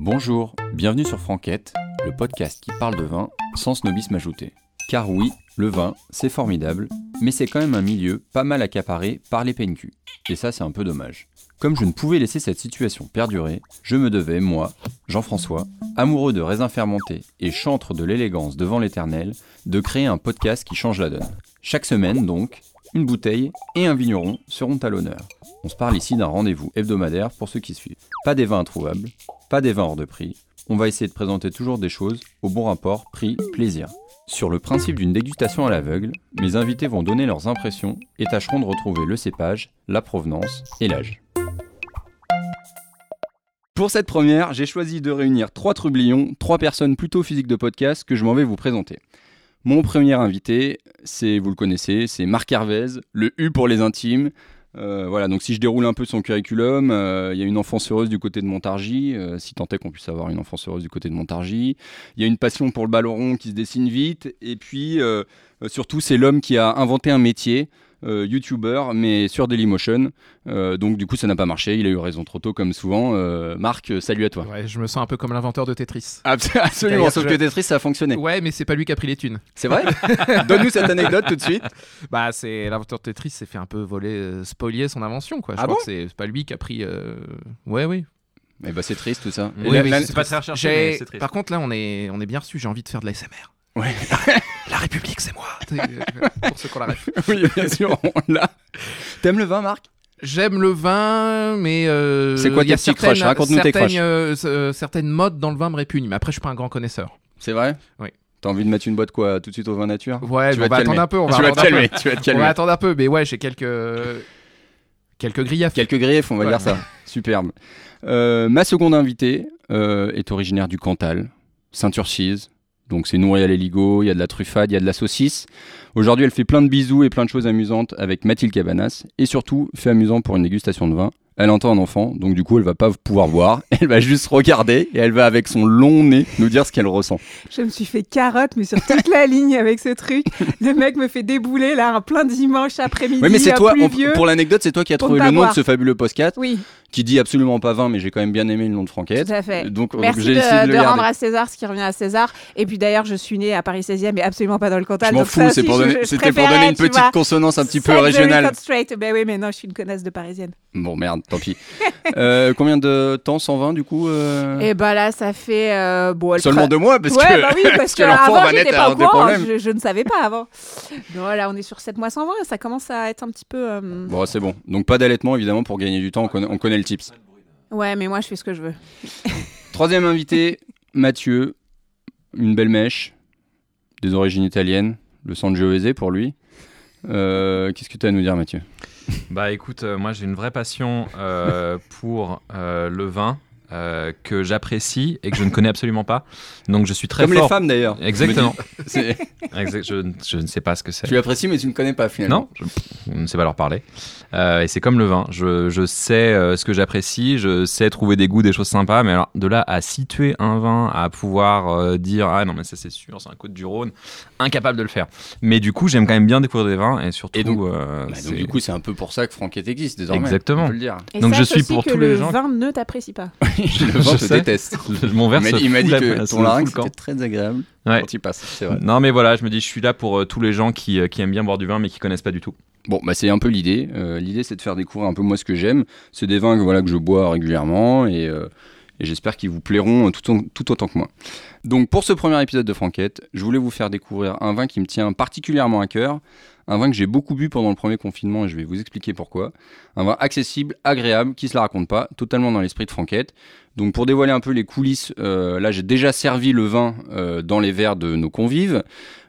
Bonjour, bienvenue sur Franquette, le podcast qui parle de vin sans snobisme ajouté. Car oui, le vin, c'est formidable, mais c'est quand même un milieu pas mal accaparé par les PNQ. Et ça, c'est un peu dommage. Comme je ne pouvais laisser cette situation perdurer, je me devais, moi, Jean-François, amoureux de raisins fermentés et chantre de l'élégance devant l'éternel, de créer un podcast qui change la donne. Chaque semaine, donc, une bouteille et un vigneron seront à l'honneur. On se parle ici d'un rendez-vous hebdomadaire pour ceux qui suivent. Pas des vins introuvables, pas des vins hors de prix. On va essayer de présenter toujours des choses au bon rapport prix-plaisir. Sur le principe d'une dégustation à l'aveugle, mes invités vont donner leurs impressions et tâcheront de retrouver le cépage, la provenance et l'âge. Pour cette première, j'ai choisi de réunir trois trublions, trois personnes plutôt physiques de podcast que je m'en vais vous présenter. Mon premier invité, c'est, vous le connaissez, c'est Marc Hervez, le U pour les intimes. Euh, voilà, donc si je déroule un peu son curriculum, euh, il y a une enfance heureuse du côté de Montargis, euh, si tant est qu'on puisse avoir une enfance heureuse du côté de Montargis. Il y a une passion pour le ballon qui se dessine vite, et puis euh, surtout c'est l'homme qui a inventé un métier, euh, YouTuber, mais sur Dailymotion. Euh, donc du coup, ça n'a pas marché. Il a eu raison trop tôt, comme souvent. Euh, Marc, salut à toi. Ouais, je me sens un peu comme l'inventeur de Tetris. Abs- Absolument, D'ailleurs, sauf je- que Tetris, ça a fonctionné. Ouais, mais c'est pas lui qui a pris les thunes. C'est vrai Donne-nous cette anecdote tout de suite. Bah, c'est l'inventeur de Tetris s'est fait un peu voler, euh, spolier son invention, quoi. Je Ah crois bon que c'est c'est pas lui qui a pris. euh, Ouais, oui. Mais bah, c'est triste tout ça. Oui, Et la- oui, la- c'est pas très recherché, J'ai- mais c'est triste. Par contre, là, on est, on est bien reçu. J'ai envie de faire de l'ASMR. Ouais. La République, c'est moi. T'es- euh, Pour ceux qui ont la ref. oui, bien sûr, on l'a. T'aimes le vin, Marc J'aime le vin, mais euh, C'est quoi il y a tes petites certaines- crushs Raconte-nous tes certaines, crushs. euh, c- euh, certaines modes dans le vin me répugnent, mais après, je suis pas un grand connaisseur. C'est vrai Oui. T'as envie de mettre une boîte quoi tout de suite au vin nature Ouais, Tu vas mais on te va calmer. attendre un peu. On va Tu vas attendre te un peu. calmer, tu vas te On va calmer. attendre un peu, mais ouais, j'ai quelques quelques griefs. Quelques griefs, on va Voilà. dire ça. Superbe. Euh, ma seconde invitée euh, est originaire du Cantal, Saint-Urchise. Donc c'est nourri à l'héligo, il y a de la truffade, il y a de la saucisse. Aujourd'hui, elle fait plein de bisous et plein de choses amusantes avec Mathilde Cabanas. Et surtout, fait amusant pour une dégustation de vin. Elle entend un enfant, donc du coup, elle va pas pouvoir voir. Elle va juste regarder et elle va, avec son long nez, nous dire ce qu'elle ressent. Je me suis fait carotte, mais sur toute la ligne avec ce truc. Le mec me fait débouler là, un plein dimanche après-midi. Oui, mais c'est euh, toi, on- pluvieux. pour l'anecdote, c'est toi qui as Pour trouvé ne le pas nom voir. de ce fabuleux podcast Oui, qui dit absolument pas vin, mais j'ai quand même bien aimé le nom de Franquette. tout à fait. Donc, donc Merci j'ai de, essayé de, de le garder. rendre à César ce qui revient à César. Et puis d'ailleurs, je suis née à Paris 16e, mais absolument pas dans le Cantal. Je m'en Bah, donc fous, ça c'est aussi, pour je- donner- je c'était pour préférais, donner une tu petite vois. consonance un petit peu Sexually régionale. not straight. Ben oui, mais non, je suis une connasse de Parisienne. Bon, merde, tant pis. Euh, combien de temps 120 du coup euh Et bah là, ça fait. euh, bon, elle Seulement cra- deux mois parce ouais, que, bah oui, parce que, l'enfant avant, va j'étais naître pas alors au des courant, problèmes. je, je ne savais pas avant. Non, là, on est sur 7 mois 120, ça commence à être un petit peu. euh, Bon, c'est bon. Donc pas d'allaitement évidemment pour gagner du temps, on connaît, on connaît le tips. Ouais, mais moi, je fais ce que je veux. Troisième invité, Mathieu, une belle mèche, des origines italiennes, le Sangiovese pour lui. Euh, Qu'est-ce que tu as à nous dire Mathieu Bah écoute, euh, moi j'ai une vraie passion euh, pour euh, le vin euh, que j'apprécie et que je ne connais absolument pas. Donc je suis très Comme les fort. femmes d'ailleurs. Exactement. Je me dis, c'est- Exact- je, ne- je ne sais pas ce que c'est. tu apprécies mais tu ne connais pas finalement. Non, je, je ne sais pas leur parler. Euh, et c'est comme le vin. Je, je sais euh, ce que j'apprécie, je sais trouver des goûts, des choses sympas. Mais alors, de là à situer un vin, à pouvoir euh, dire ah non mais ça c'est sûr, c'est un Côte du Rhône, incapable de le faire. Mais du coup, j'aime quand même bien découvrir des vins et surtout. Et donc- euh, Bah, c'est- donc du coup c'est un peu pour ça que Franquette existe désormais. Exactement. On peut le dire. Et Donc, sache je suis aussi pour que tous le les gens- vin ne t'apprécie pas. Le vin Je te sais. déteste. mon Il verre m'a se dit, il m'a dit fout la- que se ton fout larynx le camp. c'était très agréable Ouais. quand il passe, c'est vrai. Non mais voilà, je me dis, je suis là pour euh, tous les gens qui, euh, qui aiment bien boire du vin mais qui connaissent pas du tout. Bon, bah, c'est un peu l'idée. Euh, l'idée, c'est de faire découvrir un peu moi ce que j'aime. C'est des vins que, voilà, que je bois régulièrement et, euh, et j'espère qu'ils vous plairont euh, tout, en- tout autant que moi. Donc, pour ce premier épisode de Franquette, je voulais vous faire découvrir un vin qui me tient particulièrement à cœur. Un vin que j'ai beaucoup bu pendant le premier confinement et je vais vous expliquer pourquoi. Un vin accessible, agréable, qui se la raconte pas, totalement dans l'esprit de Franquette. Donc pour dévoiler un peu les coulisses, euh, là j'ai déjà servi le vin euh, dans les verres de nos convives.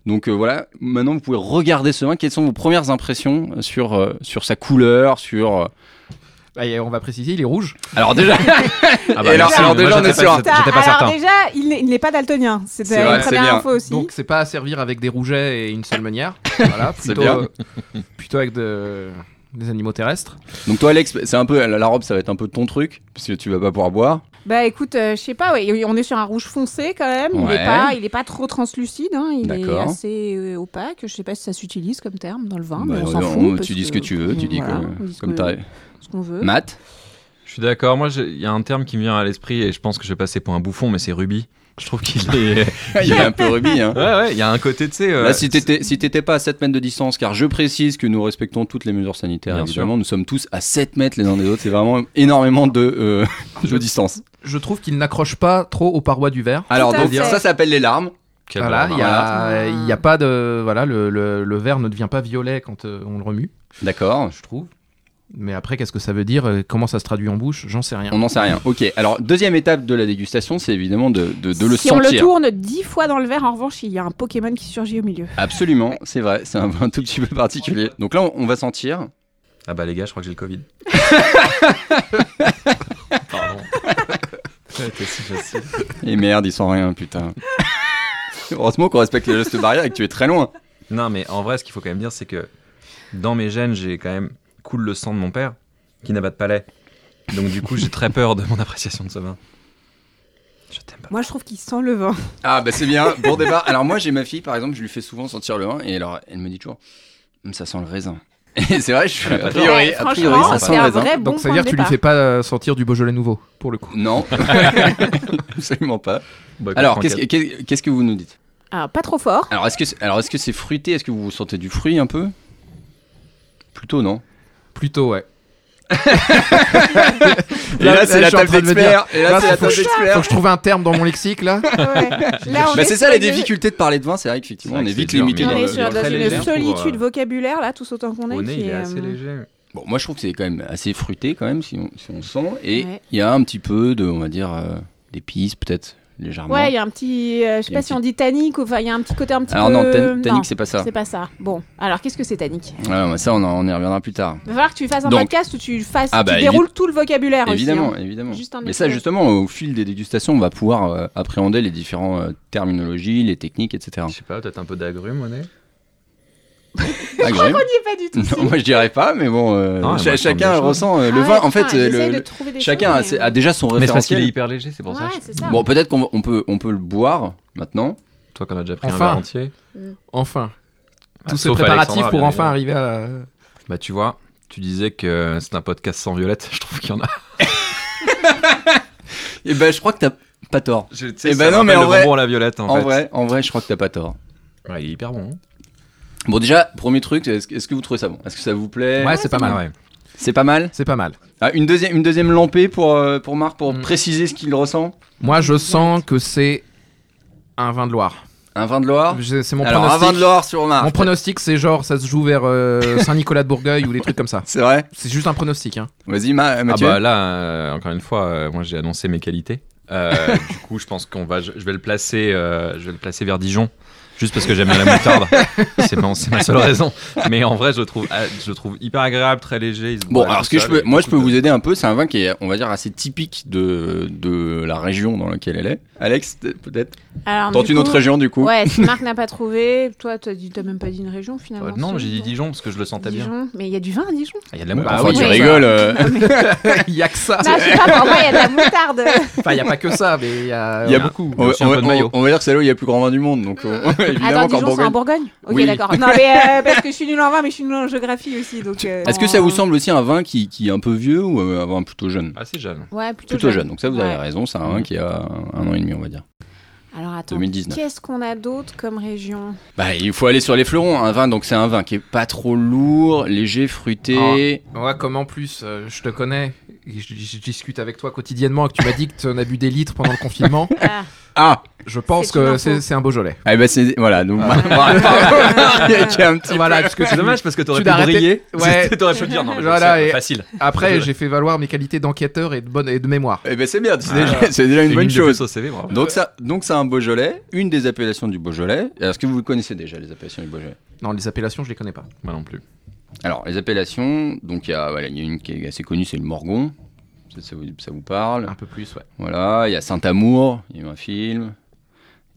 Donc euh, voilà, maintenant vous pouvez regarder ce vin. Quelles sont vos premières impressions sur, euh, sur sa couleur sur... euh, Bah, et on va préciser, il est rouge. Alors déjà, Ah Et alors- merci, alors mais déjà, moi, on est j'étais sur pas- un- J'étais pas alors certain. déjà, il n'est, il n'est pas daltonien. C'est, C'est une vrai, c'est première bien. info aussi. Donc c'est pas à servir avec des rougets et une seule manière. voilà, C'est plutôt, bien. euh, plutôt avec de- des animaux terrestres. donc toi Alex, c'est un peu la, la robe, ça va être un peu ton truc parce que tu vas pas pouvoir boire. Bah écoute, euh, je sais pas, ouais, on est sur un rouge foncé quand même. Il Ouais. n'est pas, il est pas trop translucide, hein, il D'accord. est assez euh, opaque. Je sais pas si ça s'utilise comme terme dans le vin, Bah, mais on s'en non, fout. parce tu dis ce que tu veux, tu dis voilà, que- on dit ce comme que- t'as. ce qu'on veut. Matt, Je suis suis d'accord. Moi, j'ai- il y a un terme qui me vient à l'esprit et je pense que je vais passer pour un bouffon, mais c'est Ruby. Je trouve qu'il est. Il est un peu rubis, hein. ouais, ouais, il y a un côté, tu sais. euh, Là, si t'étais si t'étais pas à 7 mètres de distance, car je précise que nous respectons toutes les mesures sanitaires, Bien évidemment, nous sommes tous à 7 mètres les uns des autres, c'est vraiment énormément de, euh, de distance. Je trouve qu'il n'accroche pas trop aux parois du verre. Alors, à donc, fait. ça s'appelle les larmes. quel Voilà, il bordel. y a, Ah. Voilà. il y a pas de voilà le, le, le verre ne devient pas violet quand euh, on le remue, D'accord, je trouve. Mais après, qu'est-ce que ça veut dire euh, Comment ça se traduit en bouche J'en sais rien. on n'en sait rien. Ok, alors, deuxième étape de la dégustation, c'est évidemment de, de, de le si sentir. on le tourne dix fois dans le verre, en revanche, il y a un Pokémon qui surgit au milieu. Absolument, c'est vrai, c'est un vin tout petit peu particulier. Donc là, on- on va sentir. Ah bah les gars, je crois que j'ai le Covid. Pardon. C'était si facile. Et merde, ils sont rien, putain. Heureusement qu'on respecte les gestes barrières et que tu es très loin. Non, mais en vrai, ce qu'il faut quand même dire, c'est que dans mes gènes, j'ai quand même coule le sang de mon père, qui n'a pas de palais. Donc du coup, j'ai très peur de mon appréciation de ce vin. Je t'aime pas. Moi, je trouve qu'il sent le vin. Ah bah c'est bien, bon débat. Alors moi j'ai ma fille par exemple, je lui fais souvent sentir le vin et alors elle me dit toujours, Hum, ça sent le raisin. Et c'est vrai, je suis a priori, Ouais, a priori franchement, ça sent c'est le un raisin. vrai bon Donc ça veut point dire que de tu lui départ. fais pas euh, sentir du Beaujolais nouveau pour le coup. Non, absolument pas. Bah, écoute, Alors Franquette, qu'est-ce que- qu'est- qu'est-ce que vous nous dites Ah, pas trop fort. Alors est-ce que c'est- alors est-ce que c'est fruité Est-ce que vous sentez du fruit un peu Plutôt non. Plutôt ouais. Et là, c'est je la suis en table train de me d'experts. Et là Là, c'est la faut que table je- d'experts. Faut que je trouve un terme dans mon lexique là. Ouais. Là, on Bah, est c'est ça les sur une- difficultés de parler de vin, c'est vrai qu'effectivement C'est on vrai est que vite c'est dur, limité mais- dans On le- est dans sur, le- dans très une légère pour, solitude euh, vocabulaire, là, tous autant qu'on est. Au nez, qui il est est, assez euh, léger. Bon, moi je trouve que c'est quand même assez fruité quand même si on, si on sent et il Ouais. y a un petit peu de on va dire euh, d'épices peut-être légèrement. Ouais, il y a un petit. euh, je Il sais y a pas un si on dit tannique ou. Enfin, il y a un petit côté un petit Alors peu. euh, non, tan- Non, tannique c'est pas ça. c'est pas ça. Bon, alors qu'est-ce que c'est tannique Ouais, mais ça on, en- on y reviendra plus tard. Va falloir que tu fasses un Donc- podcast où tu fasses. Ah bah, tu évi- déroules tout le vocabulaire évidemment, aussi. hein. évidemment. Juste un Mais ça extrait. justement au fil des dégustations on va pouvoir euh, appréhender les différents euh, terminologies, les techniques, etc. Je sais pas, peut-être un peu d'agrumes au nez. Ah, Graham On n'y est pas du tout. si. non, moi je dirais pas, mais bon, euh, Ah, ch- moi, je chacun sens des ressent euh, le Ah vin. ouais, en fait, putain, euh, ils essaient le- de trouver des chacun a, choses, mais- a déjà son Mais c'est parce qu'il est référentiel. hyper léger, c'est pour ça. Ouais, c'est ça. Bon, peut-être qu'on on peut, on peut le boire maintenant. Toi qu'on a déjà pris Enfin. un verre entier. Enfin. Ah, Tout ce sauf préparatif Alexandra, pour bien enfin évidemment. arriver à. la- Bah tu vois, tu disais que c'est un podcast sans violette, je trouve qu'il y en a. Et ben je crois que t'as pas tort. Je, Eh ben non, mais en vrai- bonbon à la violette en, En, fait. vrai, en vrai, je crois que t'as pas tort. Ouais, il est hyper bon. hein. Bon, déjà, premier truc, est-ce est-ce que vous trouvez ça bon Est-ce que ça vous plaît Ouais, c'est pas mal. Ah Ouais. C'est pas mal C'est pas mal. Ah, une, deuxième, une deuxième lampée pour, euh, pour Marc pour Mm. préciser ce qu'il ressent Moi, je sens que c'est un vin de Loire. Un vin de Loire Je- C'est mon Ah. Alors, un vin de pronostic. Loire sur Marc. Mon pronostic, c'est genre ça se joue vers euh, Saint-Nicolas-de-Bourgueil ou des trucs comme ça. C'est vrai C'est juste un pronostic. Hein. Vas-y, Ma- Ah Mathieu. bah là, euh, encore une fois, euh, moi j'ai annoncé mes qualités. Euh, du coup, je pense qu'on va, je, je vais le placer, euh, je vais le placer vers Dijon, juste parce que j'aime bien la moutarde. c'est ma, c'est ma seule raison. Mais en vrai, je le trouve, ah, je le trouve hyper agréable, très léger. il se Bon, boit alors tout ce que je seul, peux, il y a moi je peux beaucoup vous de- aider un peu, c'est un vin qui est, on va dire, assez typique de, de la région dans laquelle elle est. Alex, t- peut-être Alors, Dans du une coup- autre région du coup Ah, Ouais, si Marc n'a pas trouvé, toi, t'as dit- t'as même pas dit une région finalement. Euh, non, si. j'ai dit Dijon parce que je le sentais bien. Dijon. Mais il y a du vin à Dijon. Ah, Il y a de la Bah, moutarde. enfin, oui, tu oui. rigoles. euh, Il y a que Ah, ça. Non, je sais pas, pour moi, il y a de la moutarde. Enfin, il y a pas que ça, mais il y a, Il y a beaucoup. on, va- aussi un on va- peu de maillot. on va dire que c'est là où il y a le plus grand vin du monde, donc euh, évidemment Attends, qu'en Dijon, c'est Bourgogne. en Bourgogne Ok, Oui. d'accord. Non, mais euh, parce que je suis nulle en vin, mais je suis nulle en géographie aussi. donc. euh, Est-ce que ça vous semble aussi un vin qui, qui est un peu vieux ou euh, un vin plutôt jeune Ah, c'est jeune. Ouais, plutôt, Plutôt jeune, donc ça vous avez Ouais. raison, c'est un vin qui a un- un an et demi on va dire. Alors attends, 2019. qu'est-ce qu'on a d'autre comme région Bah, il faut aller sur les fleurons. Un vin, donc c'est un vin qui est pas trop lourd, léger, fruité. Ouais, comme en plus, euh, je te connais, et je, je discute avec toi quotidiennement, et que tu m'as dit que tu en as bu des litres pendant le confinement. Ah, Ah, Je pense C'est une que info. c'est c'est un Beaujolais. eh ben c'est voilà. Donc, Ah. il y a- il y a un petit. Voilà, parce que C'est dommage parce que t'aurais Tu pu l'as arrêté. briller. Ouais. t'aurais pu dire non. mais je Voilà, sais, et- facile. Après, j'ai fait valoir mes qualités d'enquêteur et de bonne et de mémoire. Eh ben c'est bien. C'est Ah. déjà, c'est déjà une bonne ligne de plus chose. au CV, bravo. Donc ça, donc c'est un Beaujolais, une des appellations du Beaujolais. Est-ce que vous connaissez déjà les appellations du Beaujolais Non, les appellations, je les connais pas. Moi non plus. Alors les appellations, donc il y a, voilà, il y a une qui est assez connue, c'est le Morgon. Ça, ça vous, ça vous parle Un peu plus, ouais. Voilà, il y a Saint-Amour, il y a eu un film.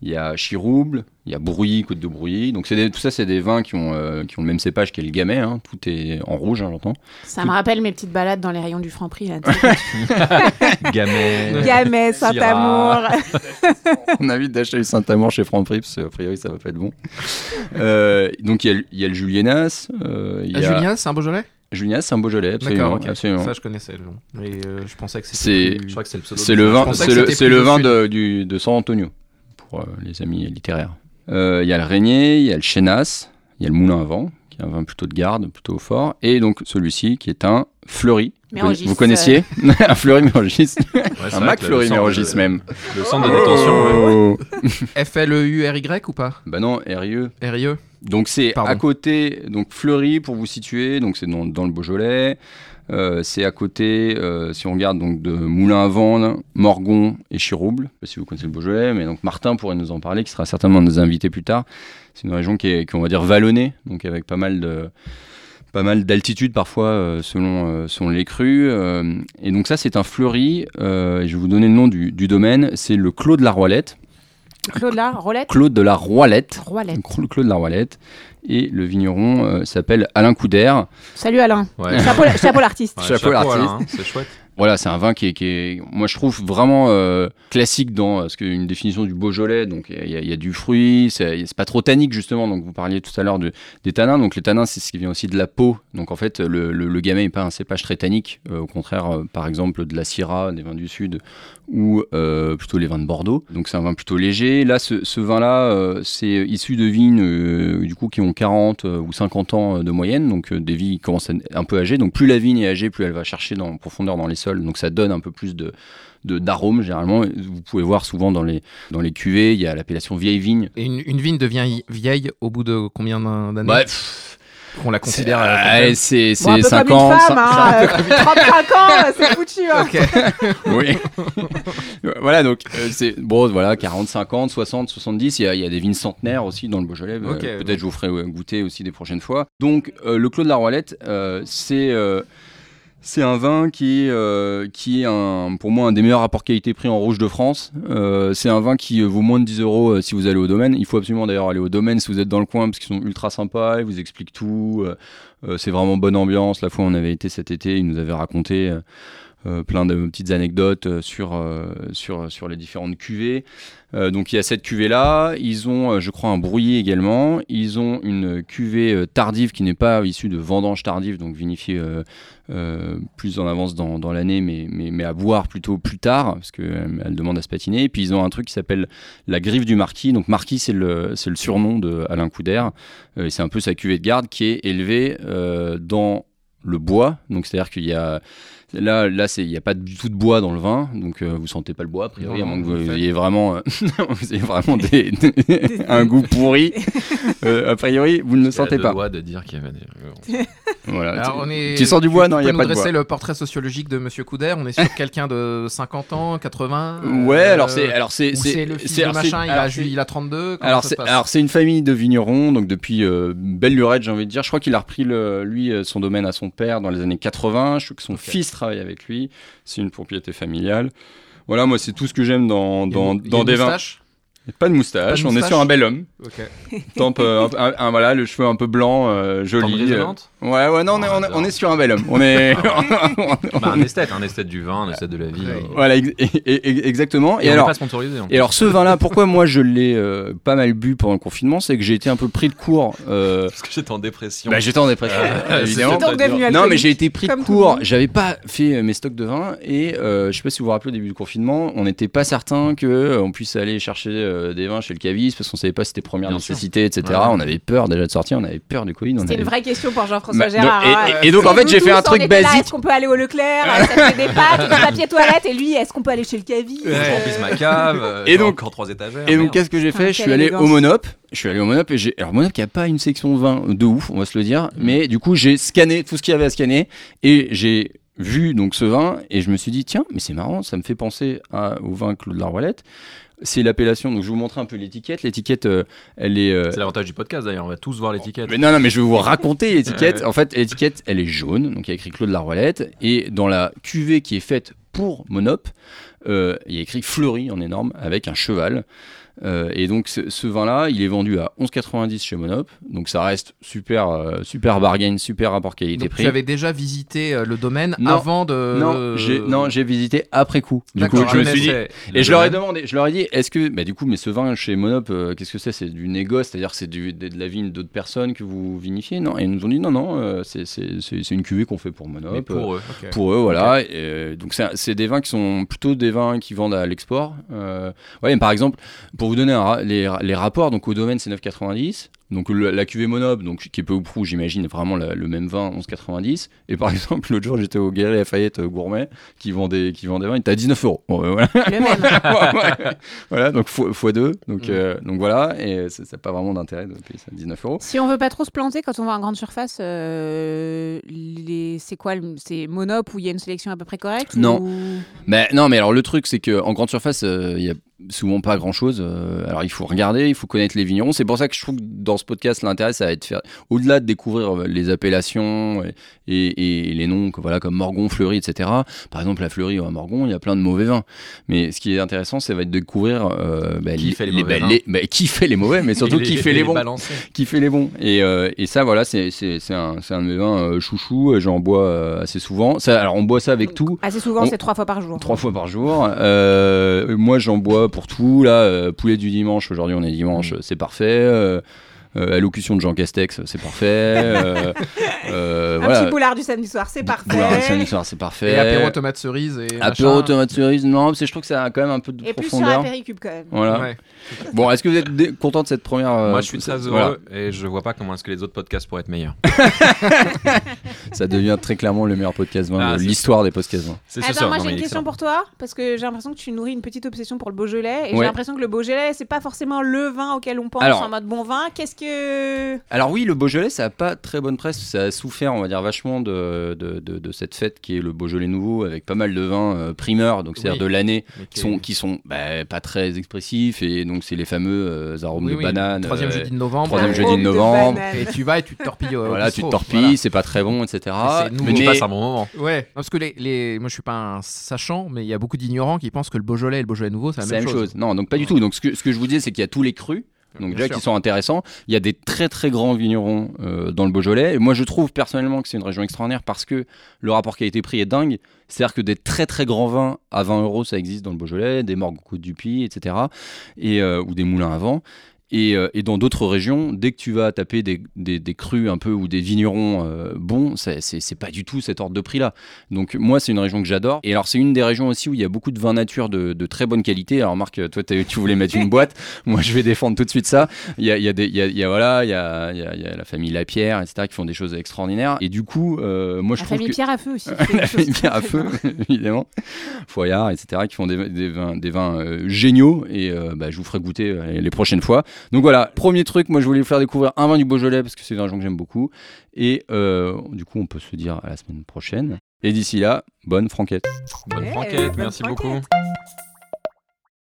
Il y a Chirouble, il y a Brouilly, Côte de Brouilly. Donc c'est des- tout ça, c'est des vins qui ont, euh, qui ont le même cépage qui est le Gamay. hein. Tout est en rouge, hein, j'entends. ça me rappelle mes petites balades dans les rayons du Franprix. là. Gamet. Gamay, Saint-Amour. On invite d'acheter le Saint-Amour chez Franprix, parce que, a priori, ça va pas être bon. Euh, donc il y a, le- il y a le Julienas. euh, il y a... Julien, c'est un Beaujolais Junia, c'est un Beaujolais, absolument. D'accord, ok. absolument. ça je connaissais le nom. Mais euh, je pensais que C'est- c'était. plus- Je crois que c'est le pseudo. C'est de- le je vin, pensais c'est que le, c'était c'est plus le au vin sud. de, du- de San Antonio, pour euh, les amis littéraires. Euh, Il y a le Régnier, il y a le Chénas, il y a le Moulin à Vent, qui est un vin plutôt de garde, plutôt fort. Et donc celui-ci, qui est un Fleury. Mais Vous conna- Rogis, Vous connaissiez Un Fleury Mérogis. c'était- ouais, c'est un vrai Mac que le Fleury centre Mérogis de- même. Le centre de détention. ouais. Oh. F-L-E-U-R-Y ou pas E. Bah non, RIE. R-I-E Donc c'est Pardon. à côté, donc Fleury pour vous situer, donc c'est dans, dans le Beaujolais. Euh, c'est à côté, euh, si on regarde donc de Moulin à Vendre, Morgon et Chirouble, Je sais pas si vous connaissez le Beaujolais, mais donc Martin pourrait nous en parler, qui sera certainement un de nos invités plus tard. C'est une région qui est, qui, on va dire, vallonnée, donc avec pas mal de pas mal d'altitude parfois euh, selon, euh, selon les crues. euh, et donc ça, c'est un Fleury, euh, et je vais vous donner le nom du, du domaine, c'est le Clos de la Roilette. Claude là, Rolette Clos de la Roilette. Roilette. Donc, le Claude Laroualette. Et le vigneron euh, s'appelle Alain Couder. Salut Alain. Ouais. Chapeau, chapeau l'artiste. Ouais, Chapeau l'artiste. Alain, hein, c'est chouette. Voilà, c'est un vin qui est, qui est- moi je trouve vraiment euh, classique dans euh, ce qu'une définition du Beaujolais. Donc il y, a- il y a du fruit, c'est c'est pas trop tannique justement. Donc vous parliez tout à l'heure de- des tanins. Donc les tanins, c'est ce qui vient aussi de la peau. Donc en fait, le, le, le gamay n'est pas un cépage très tannique. Euh, au contraire, euh, par exemple, de la Syrah, des vins du Sud ou euh, plutôt les vins de Bordeaux. Donc c'est un vin plutôt léger. Là, ce, ce vin-là, euh, c'est issu de vignes euh, du coup qui ont 40 euh, ou 50 ans euh, de moyenne, donc euh, des vignes qui commencent à n- un peu âgées. Donc plus la vigne est âgée, plus elle va chercher dans, en profondeur dans les sols. Donc ça donne un peu plus de de- d'arômes généralement. Vous pouvez voir souvent dans les dans les cuvées, il y a l'appellation vieille vigne. Et une, une vigne devient vieille au bout de combien d'un- d'années Bref, Qu'on la c'est Ah, considère. euh, comme telle ouais, c'est Bon, un c'est peu 5 comme ans. une cin- femme, hein, euh, 35 ans, euh, c'est foutu. Ah, Hein. Oui. voilà, donc, euh, c'est bon, voilà, 40, 50, 60, 70. Il y a, il y a des vignes centenaires aussi dans le Beaujolais. Euh, Ok, Peut-être donc- je vous ferai euh, goûter aussi des prochaines fois. Donc, euh, le Clos de la Roilette, euh, c'est. euh, c'est un vin qui est, euh, qui est un, pour moi un des meilleurs rapports qualité-prix en rouge de France. Euh, c'est un vin qui vaut moins de 10 euros euh, si vous allez au domaine. Il faut absolument d'ailleurs aller au domaine si vous êtes dans le coin parce qu'ils sont ultra sympas, ils vous expliquent tout. euh, euh, c'est vraiment bonne ambiance. La fois où on avait été cet été, ils nous avaient raconté euh, euh, plein de petites anecdotes euh, sur, euh, sur, sur les différentes cuvées. Euh, donc il y a cette cuvée-là, ils ont, euh, je crois, un brouillé également, ils ont une cuvée euh, tardive qui n'est pas issue de vendanges tardives, donc vinifiée euh, euh, plus en avance dans, dans l'année, mais, mais, mais à boire plutôt plus tard, parce qu'elle elle demande à se patiner. Et puis ils ont un truc qui s'appelle la griffe du marquis, donc marquis c'est le, c'est le surnom de Alain Couder, Euh, et c'est un peu sa cuvée de garde qui est élevée euh, dans le bois, donc c'est-à-dire qu'il y a... Là, là, c'est, il n'y a pas du tout de bois dans le vin, donc euh, vous sentez pas le bois a priori, Non, à non, moins que vous le vous faites. ayez vraiment, euh, vous ayez vraiment des- un goût pourri. Euh, a priori, vous ne le Parce qu'elle a sentez deux pas. doigts de dire qu'il y avait des- Voilà. Alors, on est- Ah, tu sors du bois, non, peux il y a nous pas de dresser bois. le portrait sociologique de Monsieur Couder. On est sur quelqu'un de 50 ans, 80. euh, Ouais, alors c'est, alors c'est, ou c'est le fils c'est- de alors, machin. c'est- il, a, alors, ju- il a 32. Comment Alors ça se c'est, passe alors, c'est une famille de vignerons, donc depuis euh, belle lurette, j'ai envie de dire. Je crois qu'il a repris le- lui euh, son domaine à son père dans les années 80. Je crois que son fils travaille avec lui. C'est une propriété familiale. Voilà, moi c'est tout ce que j'aime dans, Il y a dans, une- il y a dans une des vins. moustache Pas de moustache, Pas de on est moustache. sur un bel homme. Ok. Tempe, euh, un, un- voilà, le cheveu un peu blanc, euh, Tendre joli. euh. résonante Ouais, ouais, Oh, non, on est, on est- on est sur un bel homme. On est. on- Bah, Un esthète, un esthète du vin, un esthète de la vie. Ouais. voilà, ex- et- et- et- exactement. Et, Et, on n'est alors. pas sponsorisé. hein. Et alors ce vin-là, pourquoi moi je l'ai euh, pas mal bu pendant le confinement, c'est que j'ai été un peu pris de court. euh, Parce que j'étais en dépression. bah j'étais en dépression, Euh, évidemment. c'est- Donc devenu Non, mais alcoolique. j'ai été pris de Comme tout le court. monde. J'avais pas fait euh, mes stocks de vin et euh, je sais pas si vous vous rappelez au début du confinement, on n'était pas certain que euh, on puisse aller chercher euh, des vins chez le caviste parce qu'on savait pas si c'était première Bien sûr. nécessité, etc. Ouais. On avait peur déjà de sortir, on avait peur du Covid. on C'était avait une vraie question pour Bah, Jean-François donc- Gérard. et- hein, et- euh, et donc, en parce fait, que j'ai nous fait un tous, on truc était là, basique. Est-ce qu'on peut aller au Leclerc euh, Ça fait des pâtes, du papier toilette. Et lui, est-ce qu'on peut aller chez le cavi Je Ouais. remplisse ma cave. euh, Et j'ai donc- encore trois étagères. Et donc merde. qu'est-ce que j'ai Putain, fait Je suis Ah, quelle allé élégance. au Monop. Je suis allé au Monop et j'ai alors Monop qui a pas une section vin de ouf, on va se le dire, mais du coup j'ai scanné tout ce qu'il y avait à scanner et j'ai vu donc ce vin et je me suis dit tiens mais c'est marrant ça me fait penser à- au vin Claude Laroualette. C'est l'appellation donc je vais vous montrer un peu l'étiquette. L'étiquette euh, elle est euh, C'est l'avantage du podcast d'ailleurs, on va tous voir l'étiquette. mais non, non, mais je vais vous raconter l'étiquette. En fait, l'étiquette, elle est jaune, donc il y a écrit Claude Laroualette. Et dans la cuvée qui est faite pour Monop. Euh, il y a écrit Fleury en énorme avec un cheval. Euh, et donc ce, ce vin-là, il est vendu à 11,90 chez Monop. Donc ça reste super, euh, super bargain, super rapport Donc, qualité-prix. tu avais déjà visité euh, le domaine Non. avant de. Non, j'ai non, j'ai visité après coup. Du coup, D'accord, je me ah, suis dit. mais Et je leur ai demandé, je leur ai dit, est-ce que, bah, du coup, mais ce vin chez Monop, euh, qu'est-ce que c'est C'est du négoce, c'est-à-dire que c'est du- de, de la vigne d'autres personnes que vous vinifiez, non Et ils nous ont dit, non, non, euh, c'est- c'est c'est- c'est une cuvée qu'on fait pour Monop. Mais euh, pour eux. Ok. pour eux, voilà. Et, euh, donc c'est c'est des vins qui sont plutôt des vins qui vendent à l'export. Euh, ouais, mais par exemple, pour vous donner un ra- les, ra- les rapports, donc au domaine c'est 9,90. Donc le- la cuvée Monob, donc qui est peu ou prou, j'imagine vraiment la- le même vin 11,90. Et par exemple l'autre jour j'étais au Galerie Lafayette euh, Gourmet qui vendait qui vendait vin, il était à 19 euros. Bon, ben, voilà. Le même. Ouais. voilà, donc fois, fois deux. Donc Mm. euh, donc voilà et ça n'a pas vraiment d'intérêt de payer ça 19 euros. Si on veut pas trop se planter quand on va en grande surface, euh, les... c'est quoi le- C'est Monop où il y a une sélection à peu près correcte Non. ou- Mais non, mais alors le truc, c'est que en grande surface, euh, il y a souvent pas grand chose. alors il faut regarder, il faut connaître les vignerons. C'est pour ça que je trouve que dans ce podcast, l'intérêt, ça va être de faire au-delà de découvrir euh, les appellations et, et- et les noms, que- voilà, comme Morgon, Fleury, etc. Par exemple, à Fleury ou à Morgon, il y a plein de mauvais vins. Mais ce qui est intéressant, ça va être de découvrir euh, bah, Qui fait les mauvais bah, vins. bah, qui fait les mauvais, mais surtout Et qui les- fait et les bons balancer. qui fait les bons. Et, euh, et ça, voilà, c'est c'est- c'est un, c'est un de mes vins euh, chouchou. J'en bois euh, assez souvent. Ça, alors, on boit ça avec tout. Assez souvent, On- Ah, c'est trois fois par jour. Trois fois par jour. Euh, moi, j'en bois pour tout. Là, euh, poulet du dimanche. Aujourd'hui, on est dimanche. Mmh. C'est parfait. Euh, euh, allocution de Jean Castex, c'est parfait. Euh, euh, Un voilà. petit boulard du samedi soir, c'est parfait. Boulard de samedi soir, c'est parfait. Et apéro tomate cerise et. Apéro machin. tomate cerise. Non, parce que je trouve que ça a quand même un peu de Et plus sur la profondeur. péricube quand même. Voilà. Ouais. Bon, est-ce que vous êtes dé- content de cette première euh, Moi, je suis très heureux voilà. et je vois pas comment est-ce que les autres podcasts pourraient être meilleurs. Ça devient très clairement le meilleur podcast vin Ah, de c'est- l'histoire des podcasts vin. C'est Attends, Ah moi j'ai une question pour toi, parce que j'ai l'impression que tu nourris une petite obsession pour le Beaujolais, et Ouais. j'ai l'impression que le Beaujolais, c'est pas forcément le vin auquel on pense Alors- en mode bon vin. Qu'est-ce que. Alors oui, le Beaujolais, ça a pas très bonne presse. Ça a souffert, on va dire, vachement de, de, de- de cette fête qui est le Beaujolais nouveau, avec pas mal de vins euh, primeurs, donc c'est-à-dire Oui. de l'année, Mais qui sont, qui sont bah, pas très expressifs. Et donc c'est les fameux euh, arômes Oui, de oui, banane. Troisième euh, jeudi de novembre. troisième Un jeudi de homme novembre. banane. Et tu vas et tu te torpilles au au Voilà, tu te bistrot, torpilles, voilà. c'est pas très bon, etc. Mais c'est nouveau. Mais tu passes un bon moment. Ouais, parce que les, les... moi je suis pas un sachant, mais il y a beaucoup d'ignorants qui pensent que le Beaujolais et le Beaujolais nouveau, c'est la, C'est la même chose. Non, donc pas du tout. Donc ce que, ce que je vous disais, c'est qu'il y a tous les crus. Donc Bien déjà sûr. qui sont intéressants, il y a des très très grands vignerons euh, dans le Beaujolais. Et moi je trouve personnellement que c'est une région extraordinaire parce que le rapport qualité-prix est dingue. C'est-à-dire que des très très grands vins à 20 euros ça existe dans le Beaujolais, des morgues au du Puy, etc. Et, euh, ou des moulins à vent. Et, euh, et dans d'autres régions, dès que tu vas taper des, des, des crus un peu ou des vignerons euh, bons, c'est- c'est c'est pas du tout cet ordre de prix là. Donc moi, c'est une région que j'adore. Et alors, c'est une des régions aussi où il y a beaucoup de vins nature de, de très bonne qualité. Alors Marc, euh, toi, t'as- tu voulais mettre une boîte. Moi, je vais défendre tout de suite ça. Il y a, il y a des, il y a, il y a- voilà, il y a, il y a- il y a la famille Lapierre, etc., qui font des choses extraordinaires. Et du coup, euh, moi, je La trouve famille que Pierre à feu aussi. la famille Pierre à feu, évidemment, Foyard, etc., qui font des, des vins, des vins euh, géniaux. Et euh, bah, je vous ferai goûter euh, les prochaines fois. Donc voilà, premier truc, moi je voulais vous faire découvrir un vin du Beaujolais parce que c'est une région que j'aime beaucoup. Et euh, du coup, on peut se dire à la semaine prochaine. Et d'ici là, bonne franquette. Bonne Eh, franquette, bonne merci franquette. beaucoup.